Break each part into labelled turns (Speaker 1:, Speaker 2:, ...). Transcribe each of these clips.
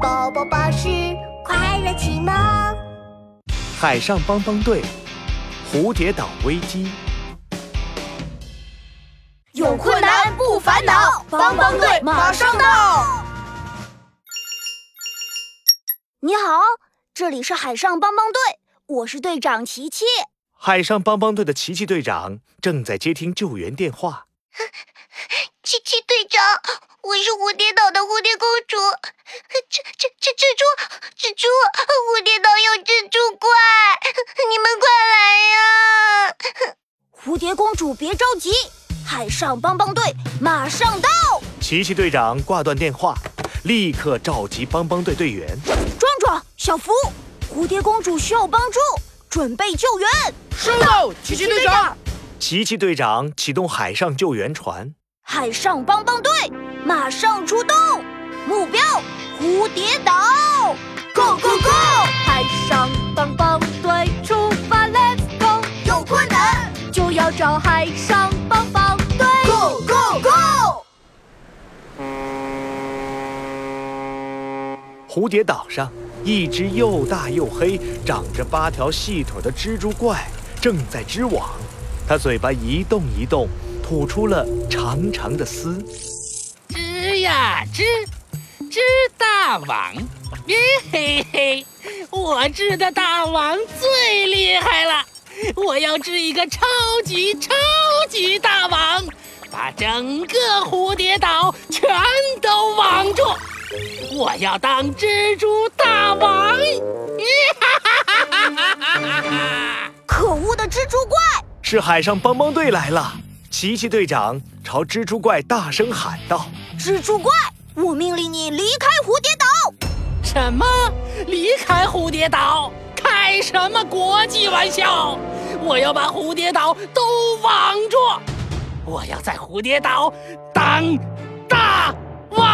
Speaker 1: 宝宝巴士快乐启蒙。
Speaker 2: 海上帮帮队，蝴蝶岛危机。
Speaker 3: 有困难不烦恼，帮帮队马上到。
Speaker 4: 你好，这里是海上帮帮队，我是队长琪琪。
Speaker 2: 海上帮帮队的琪琪队长正在接听救援电话。
Speaker 5: 琪琪队长，我是蝴蝶岛的蝴蝶公主，蜘蜘蜘蜘蛛蜘蛛，蝴蝶岛有蜘蛛怪，你们快来呀！
Speaker 4: 蝴蝶公主别着急，海上帮帮队马上到。
Speaker 2: 琪琪队长挂断电话，立刻召集帮帮队队员。
Speaker 4: 壮壮、小福，蝴蝶公主需要帮助，准备救援。
Speaker 6: 收到，琪琪队长。
Speaker 2: 琪琪队长启动海上救援船。
Speaker 4: 海上帮帮队马上出动，目标蝴蝶岛
Speaker 3: ，Go Go Go！
Speaker 7: 海上帮帮队出发，Let's go！
Speaker 3: 有困难
Speaker 7: 就要找海上帮帮队
Speaker 3: ，Go Go Go！
Speaker 2: 蝴蝶岛上，一只又大又黑、长着八条细腿的蜘蛛怪正在织网，它嘴巴一动一动。吐出了长长的丝，
Speaker 8: 织呀织，织大网，咦嘿嘿，我织的大网最厉害了！我要织一个超级超级大网，把整个蝴蝶岛全都网住！我要当蜘蛛大王！哈哈哈哈哈！
Speaker 4: 可恶的蜘蛛怪！
Speaker 2: 是海上帮帮队来了。琪琪队长朝蜘蛛怪大声喊道：“
Speaker 4: 蜘蛛怪，我命令你离开蝴蝶岛！”
Speaker 8: 什么？离开蝴蝶岛？开什么国际玩笑！我要把蝴蝶岛都网住！我要在蝴蝶岛当大王！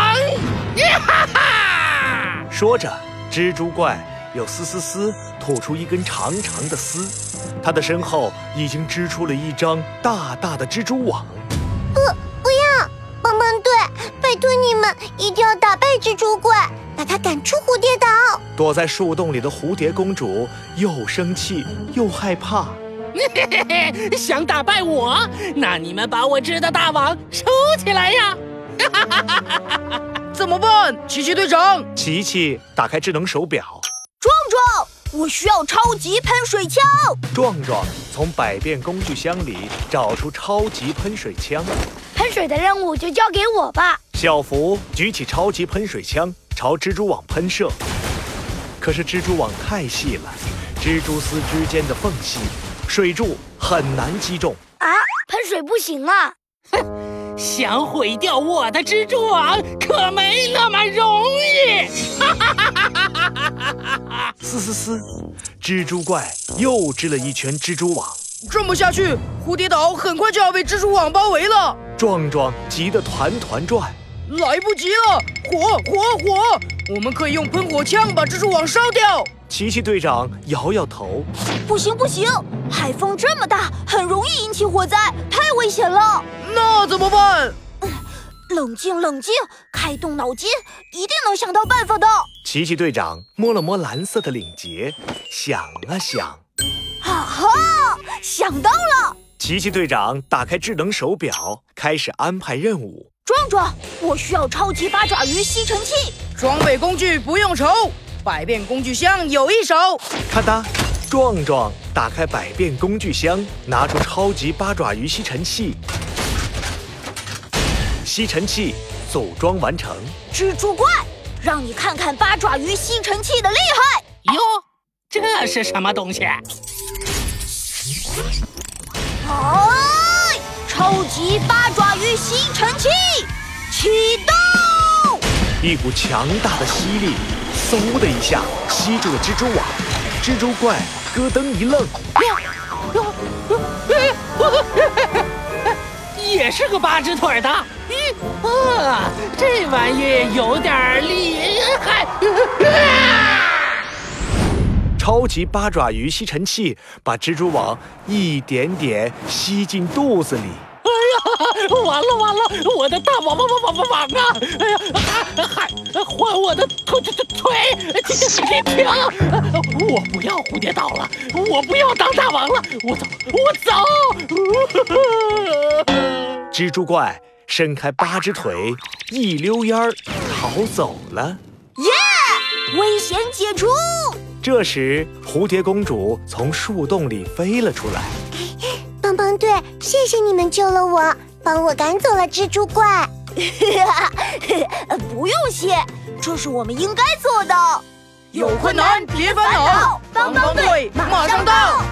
Speaker 8: 哈哈！
Speaker 2: 说着，蜘蛛怪又嘶嘶嘶吐出一根长长的丝。他的身后已经织出了一张大大的蜘蛛网。
Speaker 5: 不，不要！帮帮队，拜托你们一定要打败蜘蛛怪，把他赶出蝴蝶岛。
Speaker 2: 躲在树洞里的蝴蝶公主又生气又害怕。
Speaker 8: 嘿嘿嘿，想打败我？那你们把我织的大网收起来呀！哈哈哈
Speaker 6: 哈哈！怎么办？琪琪队长，
Speaker 2: 琪琪打开智能手表。
Speaker 4: 壮壮。我需要超级喷水枪！
Speaker 2: 壮壮从百变工具箱里找出超级喷水枪。
Speaker 7: 喷水的任务就交给我吧。
Speaker 2: 小福举起超级喷水枪朝蜘蛛网喷射，可是蜘蛛网太细了，蜘蛛丝之间的缝隙，水柱很难击中。
Speaker 7: 啊！喷水不行啊！
Speaker 8: 哼，想毁掉我的蜘蛛网可没那么容易！哈哈哈哈哈！
Speaker 2: 嘶嘶嘶！蜘蛛怪又织了一圈蜘蛛网。
Speaker 6: 这么下去，蝴蝶岛很快就要被蜘蛛网包围了。
Speaker 2: 壮壮急得团团转，
Speaker 6: 来不及了！火火火！我们可以用喷火枪把蜘蛛网烧掉。
Speaker 2: 琪琪队长摇摇头：“
Speaker 4: 不行不行，海风这么大，很容易引起火灾，太危险了。”
Speaker 6: 那怎么办？
Speaker 4: 冷静，冷静，开动脑筋，一定能想到办法的。
Speaker 2: 奇奇队长摸了摸蓝色的领结，想了想，
Speaker 4: 啊哈，想到了！
Speaker 2: 奇奇队长打开智能手表，开始安排任务。
Speaker 4: 壮壮，我需要超级八爪鱼吸尘器，
Speaker 6: 装备工具不用愁，百变工具箱有一手。
Speaker 2: 咔哒，壮壮打开百变工具箱，拿出超级八爪鱼吸尘器。吸尘器组装完成。
Speaker 4: 蜘蛛怪，让你看看八爪鱼吸尘器的厉害！
Speaker 8: 哟，这是什么东西？啊
Speaker 4: 哦，超级八爪鱼吸尘器启动！
Speaker 2: 一股强大的吸力，嗖的一下吸住了蜘蛛网。蜘蛛怪咯噔一愣，
Speaker 8: 也是个八只腿的。啊，这玩意有点厉害！啊、
Speaker 2: 超级八爪鱼吸尘器把蜘蛛网一点点吸进肚子里。
Speaker 8: 哎完了完了，我的大王王王王王王啊！哎呀，还还还我的腿腿腿！停停！我不要蝴蝶岛了，我不要当大王了，我走，我走！
Speaker 2: 蜘蛛怪伸开八只腿，一溜烟儿逃走了。
Speaker 4: 危险解除。
Speaker 2: 这时，蝴蝶公主从树洞里飞了出来。
Speaker 5: 帮帮队，谢谢你们救了我，帮我赶走了蜘蛛怪。
Speaker 4: 不用谢，这是我们应该做的。
Speaker 6: 有困难别烦恼，帮帮队马上到。